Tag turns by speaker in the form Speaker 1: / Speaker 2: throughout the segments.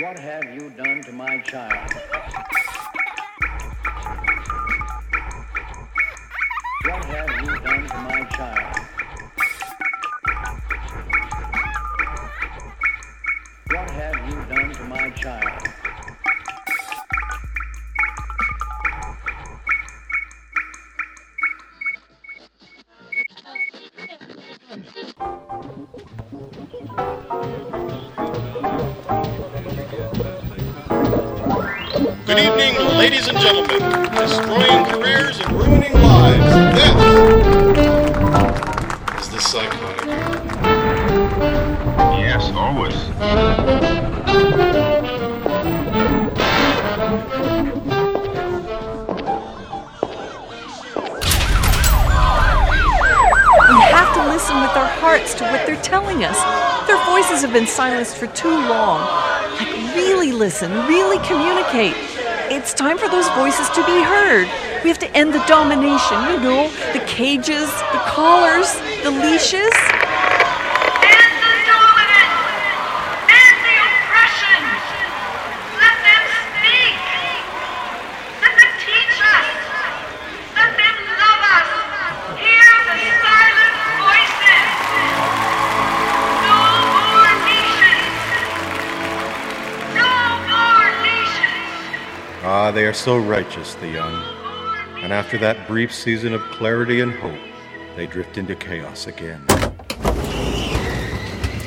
Speaker 1: What have you done to my child? What have you done to my child? What have you done to my child?
Speaker 2: Good evening, ladies and gentlemen. Destroying careers and ruining lives. This is the psychotic.
Speaker 3: Yes, always.
Speaker 4: We have to listen with our hearts to what they're telling us. Their voices have been silenced for too long. Like, really listen, really communicate. It's time for those voices to be heard. We have to end the domination, you know, the cages, the collars, the leashes.
Speaker 5: End the dominance! End the oppression! Let them speak! Let them teach us! Let them love us! Hear the silent voices! No more leashes! No more leashes!
Speaker 2: Ah, they are so righteous, the young. And
Speaker 5: And
Speaker 2: after that brief season of clarity and hope, they drift into chaos again.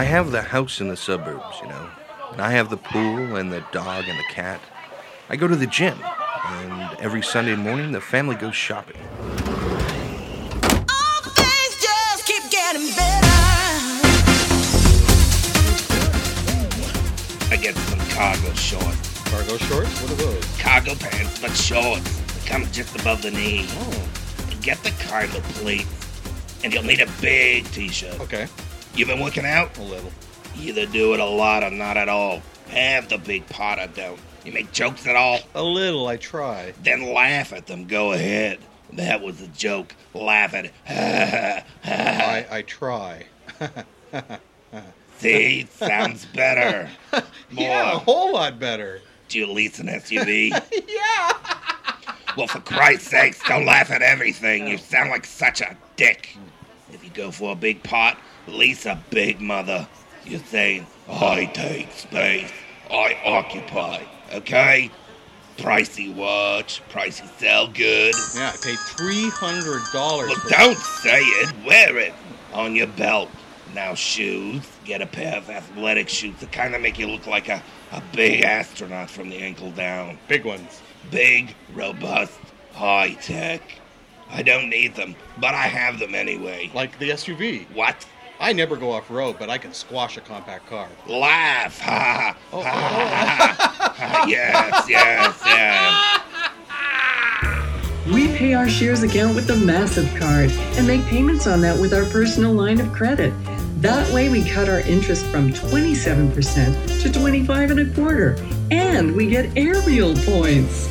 Speaker 6: I have the house in the suburbs, you know. And I have the pool and the dog and the cat. I go to the gym, and every Sunday morning the family goes shopping.
Speaker 7: Things just keep getting better.
Speaker 8: I get some cargo shorts.
Speaker 9: Cargo shorts? What are those?
Speaker 8: Cargo pants, but shorts. They come just above the knee.
Speaker 9: Oh.
Speaker 8: And Get the cargo plate. And you'll need a big t shirt.
Speaker 9: Okay.
Speaker 8: You've been working out?
Speaker 9: A little.
Speaker 8: Either do it a lot or not at all. Have the big pot or don't. You make jokes at all?
Speaker 9: A little, I try.
Speaker 8: Then laugh at them. Go ahead. That was a joke. Laugh at it.
Speaker 9: I, I try.
Speaker 8: See? Sounds better. More.
Speaker 9: Yeah, a whole lot better.
Speaker 8: Do you lease an SUV?
Speaker 9: Yeah.
Speaker 8: Well, for Christ's sakes, don't laugh at everything. You sound like such a dick. If you go for a big pot, lease a big mother. You're saying, I take space, I occupy, okay? Pricey watch, pricey sell good.
Speaker 9: Yeah, I paid three hundred dollars.
Speaker 8: Well, don't say it, wear it on your belt. Now, shoes, get a pair of athletic shoes that kind of make you look like a, a big astronaut from the ankle down
Speaker 9: big ones.
Speaker 8: big, robust, high tech. I don't need them, but I have them anyway.
Speaker 9: Like the SUV.
Speaker 8: What?
Speaker 9: I never go off road, but I can squash a compact car. Ah.
Speaker 8: Laugh! Ha
Speaker 9: Oh,
Speaker 8: ha! ha, ha, ha. yes, yes, yes.
Speaker 10: We pay our shares account with the Massive Card and make payments on that with our personal line of credit. That way, we cut our interest from 27% to 25 and a quarter, and we get aerial points.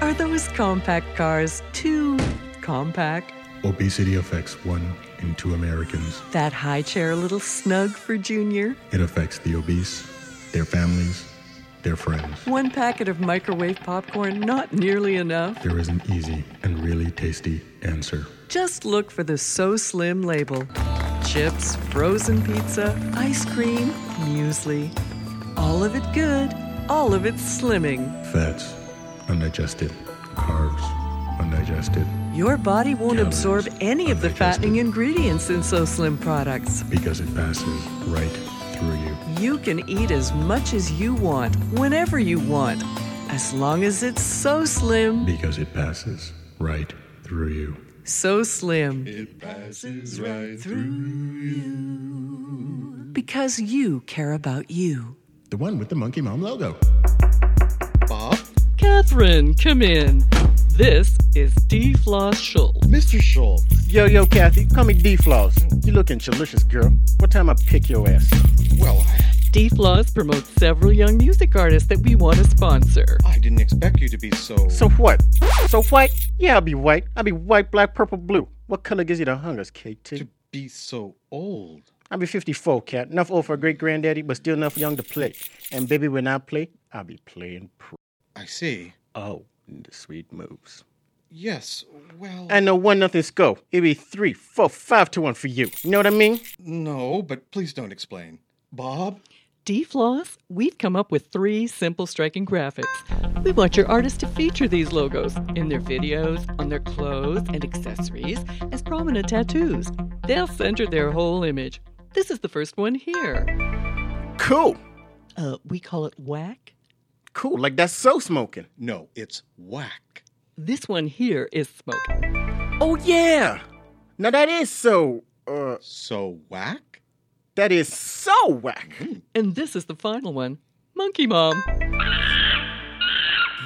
Speaker 4: Are those compact cars too compact?
Speaker 9: oh.
Speaker 11: Obesity affects one in two Americans.
Speaker 4: That high chair a little snug for Junior?
Speaker 11: It affects the obese, their families, their friends.
Speaker 4: One packet of microwave popcorn, not nearly enough.
Speaker 11: There is an easy and really tasty answer.
Speaker 4: Just look for the So Slim label. Chips, frozen pizza, ice cream, muesli. All of it good, all of it slimming.
Speaker 11: Fats, undigested. Carbs, undigested.
Speaker 4: Your body won't
Speaker 11: Calories
Speaker 4: absorb any of the
Speaker 11: undigested.
Speaker 4: fattening ingredients in So Slim products.
Speaker 11: Because it passes right through you.
Speaker 4: You can eat as much as you want, whenever you want, as long as it's so slim.
Speaker 11: Because it passes right through you.
Speaker 4: So slim.
Speaker 11: It passes right through you.
Speaker 4: Because you care about you.
Speaker 11: The one with the Monkey Mom logo.
Speaker 9: Bob,
Speaker 4: Catherine, come in. This is D. Floss Schultz.
Speaker 9: Mr. Schultz.
Speaker 12: Yo, yo, Kathy, call me D-Floss. You looking delicious, girl. What time I pick your ass?
Speaker 9: Well, I,
Speaker 4: D. Floss promotes several young music artists that we want to sponsor.
Speaker 9: I didn't expect you to be so.
Speaker 12: So what? So white? Yeah, I'll be white. I'll be white, black, purple, blue. What color gives you the hungers, KT?
Speaker 9: to be so old.
Speaker 12: I'll be 54, cat. Enough old for a great granddaddy, but still enough young to play. And baby, when I play, I'll be playing pro.
Speaker 9: I see.
Speaker 12: Oh, the sweet moves.
Speaker 9: Yes, well.
Speaker 12: And no one nothing score. It be three, four, five to one for you. You know what I mean?
Speaker 9: No, but please don't explain. Bob?
Speaker 4: DFloss, we've come up with three simple striking graphics. We want your artists to feature these logos in their videos, on their clothes and accessories, as prominent tattoos. They'll center their whole image. This is the first one here.
Speaker 12: Cool.
Speaker 4: Uh, we call it whack.
Speaker 12: Cool, like that's so smoking.
Speaker 9: No, it's whack.
Speaker 4: This one here is smoke.
Speaker 12: Oh, yeah. Now that is so, uh,
Speaker 9: So whack?
Speaker 12: that is so whack.
Speaker 4: And this is the final one Monkey Mom.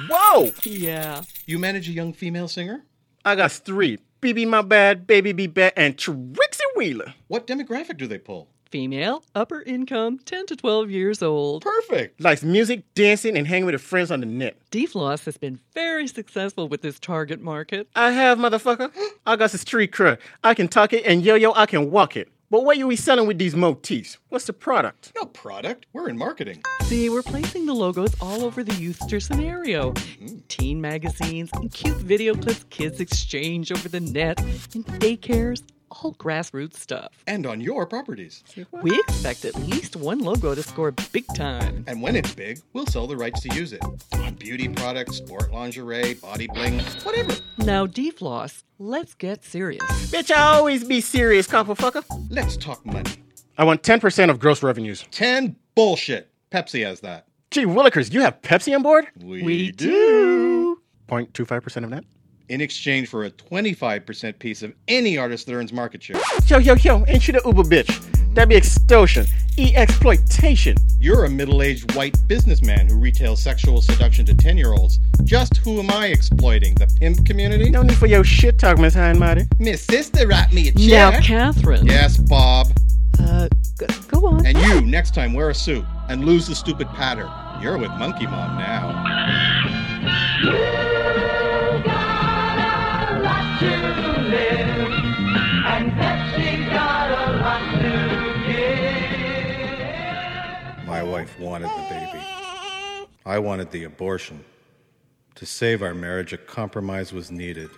Speaker 12: Whoa!
Speaker 4: Yeah.
Speaker 9: You manage a young female singer?
Speaker 12: I got three. BB My Bad, Baby Be Bad, and Trixie Wheeler.
Speaker 9: What demographic do they pull?
Speaker 4: Female, upper income, 10 to 12 years old.
Speaker 9: Perfect.
Speaker 12: Likes music, dancing, and hanging with her friends on the net.
Speaker 4: DFloss has been very successful with this target market.
Speaker 12: I have, motherfucker. I got the street cred. I can talk it, and yo yo, I can walk it. But what you we selling with these motifs? What's the product?
Speaker 9: No product. We're in marketing.
Speaker 4: See, we're placing the logos all over the youthster scenario.
Speaker 9: Mm-hmm.
Speaker 4: Teen magazines and cute video clips kids exchange over the net in daycares, all grassroots stuff.
Speaker 9: And on your properties.
Speaker 4: We expect at least one logo to score big time.
Speaker 9: And when it's big, we'll sell the rights to use it on beauty products, sport lingerie, body bling, whatever.
Speaker 4: Now, DFloss, let's get serious.
Speaker 12: Bitch, I always be serious, copper fucker.
Speaker 9: Let's talk money.
Speaker 12: I want 10% of gross revenues.
Speaker 9: 10 bullshit. Pepsi has that.
Speaker 12: Gee, Willikers, you have Pepsi on board?
Speaker 4: We do.
Speaker 12: 0.25% of that.
Speaker 9: In exchange for a 25% piece of any artist that earns market share.
Speaker 12: Yo, yo, yo, ain't you the uber bitch? That'd be extortion, e-exploitation.
Speaker 9: You're a middle aged white businessman who retails sexual seduction to 10 year olds. Just who am I exploiting? The pimp community?
Speaker 12: No need for your shit talk, Miss High and Mighty.
Speaker 9: Miss Sister write me a
Speaker 4: Now,
Speaker 9: check.
Speaker 4: Catherine.
Speaker 9: yes, Bob.
Speaker 4: Uh, g- go on.
Speaker 9: And you, next time, wear a suit and lose the stupid patter. You're with Monkey Mom now.
Speaker 13: My wife wanted the baby. I wanted the abortion. To save our marriage, a compromise was needed.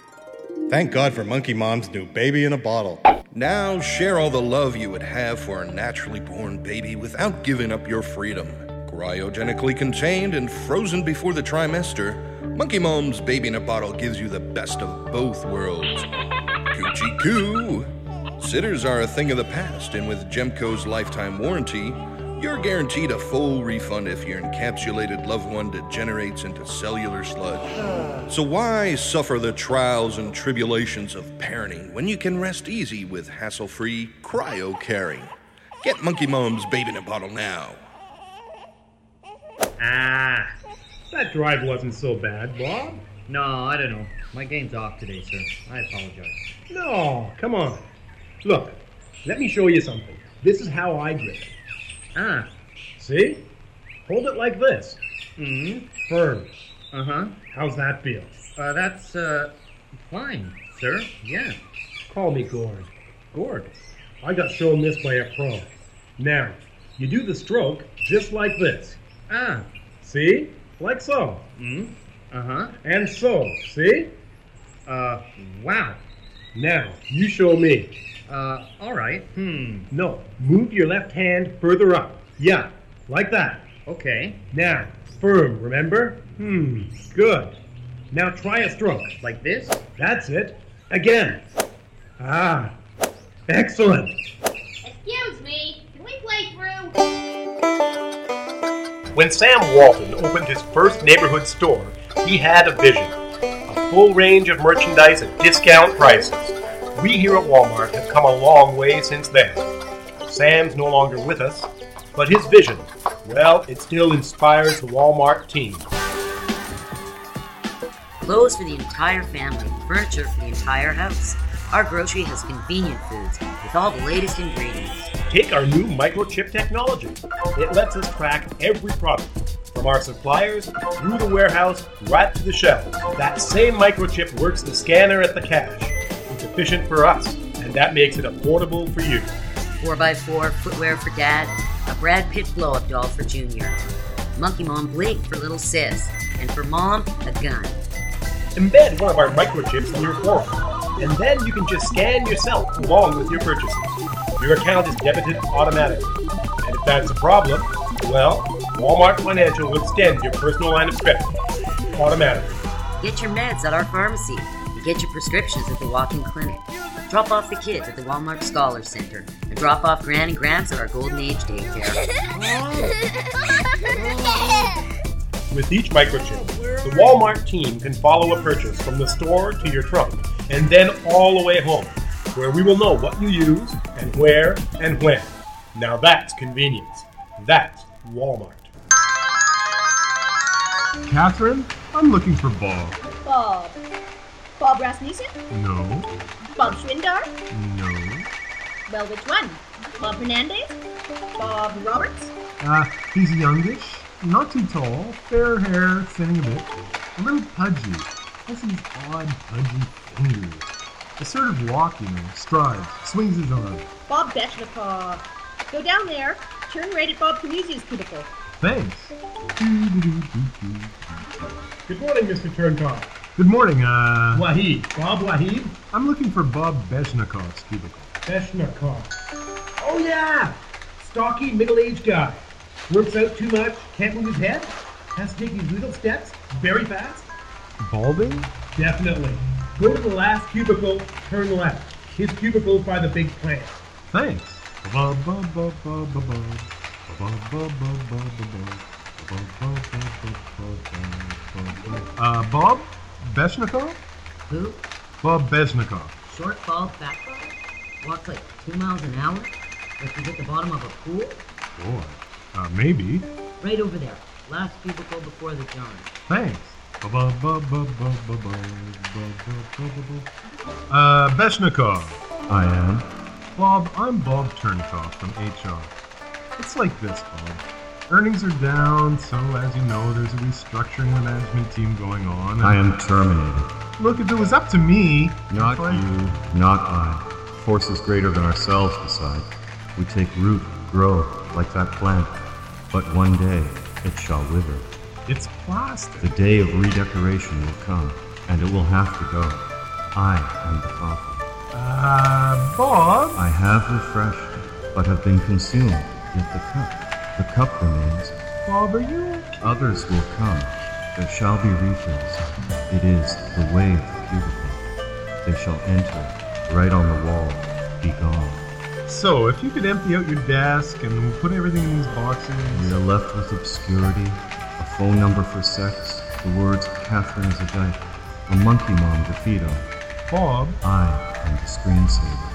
Speaker 9: Thank God for Monkey Mom's new baby in a bottle.
Speaker 8: Now share all the love you would have for a naturally born baby without giving up your freedom. Cryogenically contained and frozen before the trimester, Monkey Mom's Baby in a Bottle gives you the best of both worlds. Coochie coo! Sitters are a thing of the past, and with Gemco's lifetime warranty, you're guaranteed a full refund if your encapsulated loved one degenerates into cellular sludge. So, why suffer the trials and tribulations of parenting when you can rest easy with hassle free cryo caring? Get Monkey Mom's Baby in a Bottle now.
Speaker 14: Ah, that drive wasn't so bad, Bob.
Speaker 1: No, I don't know. My game's off today, sir. I apologize.
Speaker 14: No, come on. Look, let me show you something. This is how I grip it.
Speaker 1: Ah,
Speaker 14: See? Hold it like this.
Speaker 1: mm,
Speaker 14: Firm.
Speaker 1: uh-huh.
Speaker 14: How's that feel?
Speaker 1: Uh, that's, uh, fine, sir. Yeah.
Speaker 14: Call me Gord. Gord. I got shown this by a pro. Now, you do the stroke just like this.
Speaker 1: Ah,
Speaker 14: See? Like so.
Speaker 1: mm, uh-huh.
Speaker 14: And so. See?
Speaker 1: Uh, wow.
Speaker 14: Now, you show me.
Speaker 1: Uh, all right. Hmm,
Speaker 14: No, move your left hand further up. Yeah, like that.
Speaker 1: okay.
Speaker 14: Now, firm, remember? Hmm, good. Now try a stroke.
Speaker 1: Like this?
Speaker 14: That's it. Again. Ah, excellent.
Speaker 15: Excuse me, can we play through?
Speaker 14: When Sam Walton opened his first neighborhood store, he had a vision a full range of merchandise at discount prices. We here at Walmart have come a long way since then. Sam's no longer with us, but his vision, well, it still inspires the Walmart team.
Speaker 16: Clothes for the entire family, furniture for the entire house. Our grocery has convenient foods with all the latest ingredients.
Speaker 14: Take our new microchip technology. It lets us track every product, from our suppliers, through the warehouse, right to the shelf. That same microchip works the scanner at the cash. It's efficient for us, and that makes it affordable for you.
Speaker 16: 4x4 footwear for Dad, a Brad Pitt blow up doll for Junior, Monkey Mom Blink for little sis, and for Mom, a gun.
Speaker 14: Embed one of our microchips in your form, and then you can just scan yourself along with your purchases. Your account is debited automatically. And if that's a problem, well, Walmart Financial will extend your personal line of credit automatically.
Speaker 16: Get your meds at our pharmacy. and Get your prescriptions at the walk in clinic. Drop off the kids at the Walmart Scholar Center. And drop off Gran and Gramps at our Golden Age daycare.
Speaker 14: With each microchip, the Walmart team can follow a purchase from the store to your trunk and then all the way home, where we will know what you use and where and when. Now that's convenience. That's Walmart.
Speaker 17: Catherine, I'm looking for Bob.
Speaker 18: Bob. Bob Rasmussen?
Speaker 17: No,
Speaker 18: Bob Schwindar?
Speaker 17: no.
Speaker 18: Well, which one? Bob Hernandez? Bob Roberts?
Speaker 17: Uh, he's youngish, not too tall, fair hair, thinning a bit, a little pudgy. Has these odd, pudgy fingers. A sort of walk, you know, strides, swings his arm.
Speaker 18: Bob Bechnikov. Go down there, turn right at Bob Canisius' cubicle.
Speaker 17: Thanks.
Speaker 14: Good morning, Mr. Turncock.
Speaker 17: Good morning, uh.
Speaker 14: Wahid. Bob Wahid?
Speaker 17: I'm looking for Bob Beshnikov's cubicle.
Speaker 14: Beshnikov. Oh, yeah! Stocky, middle aged guy. Works out too much, can't move his head, has to take these little steps very fast.
Speaker 17: Balding?
Speaker 14: Definitely. Go to the last cubicle, turn left. His cubicle by the big plant.
Speaker 17: Thanks. Uh, Bob Beshnikov?
Speaker 16: Who?
Speaker 17: Bob Beshnikov.
Speaker 16: Short fall, fat fall? Walk like two miles an hour? Like you hit the bottom of a pool?
Speaker 17: Boy, uh, maybe.
Speaker 16: Right over there. Last cubicle before the John.
Speaker 17: Thanks. Uh, Beshnikov. I am. Bob, I'm Bob Turnkoff from HR. It's like this, Bob. Earnings are down, so as you know, there's a restructuring of the management team going on. and-
Speaker 9: I am terminated.
Speaker 17: Look, if it was up to me,
Speaker 9: Not
Speaker 17: Fine.
Speaker 9: you, not I. Ah, Forces greater than ourselves decide. We take root, grow, like that plant. But one day, it shall wither.
Speaker 17: it's plastic.
Speaker 9: The day of redecoration will come, and it will have to go. I am the prophet.
Speaker 17: Uh, Bob?
Speaker 9: I have refreshed, but have been consumed. Yet the cup, the cup remains.
Speaker 17: Bob, are you?
Speaker 9: Others will come. There shall be refills. It is the way of the cubicle. They shall enter, right on the wall, be gone.
Speaker 17: So, if you could empty out your desk and put everything in these boxes.
Speaker 9: We are left with obscurity, a phone number for sex, the words Catherine is a dyke, a monkey mom to feed on.
Speaker 17: Bob?
Speaker 9: I am the screensaver.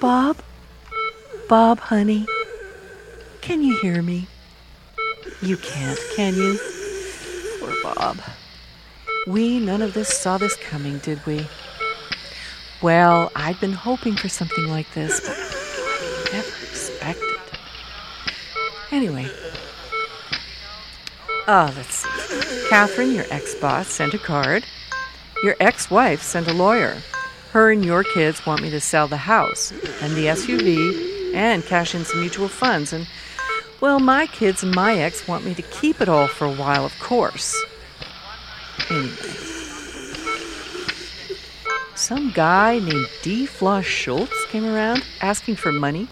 Speaker 4: Bob? Bob, honey? Can you hear me? You can't, can you? Poor Bob. We none of us saw this coming, did we? Well, I'd been hoping for something like this, but I never expected. Anyway. Ah, let's see. Catherine, your ex boss, sent a card. Your ex wife sent a lawyer. Her and your kids want me to sell the house and the SUV and cash in some mutual funds. And, well, my kids and my ex want me to keep it all for a while, of course. Anyway. Some guy named D. Floss Schultz came around asking for money.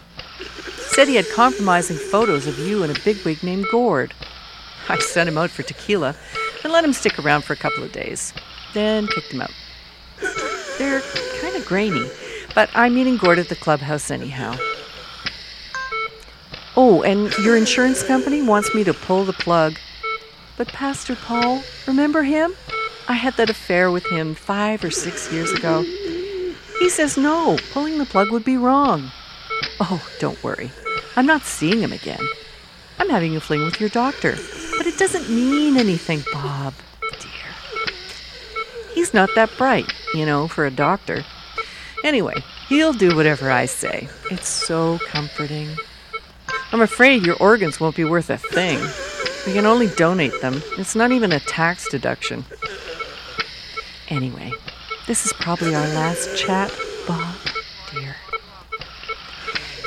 Speaker 4: Said he had compromising photos of you and a bigwig named Gord. I sent him out for tequila and let him stick around for a couple of days, then kicked him out. They're kind of grainy, but I'm meeting Gord at the clubhouse anyhow. Oh, and your insurance company wants me to pull the plug. But Pastor Paul, remember him? I had that affair with him five or six years ago. He says no, pulling the plug would be wrong. Oh, don't worry. I'm not seeing him again. I'm having a fling with your doctor. But it doesn't mean anything, Bob, dear. He's not that bright, you know, for a doctor. Anyway, he'll do whatever I say. It's so comforting. I'm afraid your organs won't be worth a thing. We can only donate them. It's not even a tax deduction. Anyway, This is probably our last chat, Bob, dear.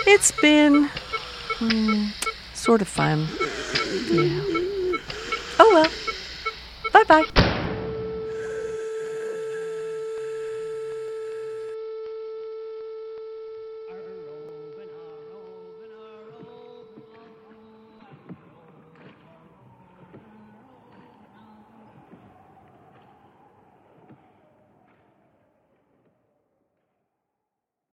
Speaker 4: It's been hmm, sort of fun. Yeah. Oh well. Bye bye.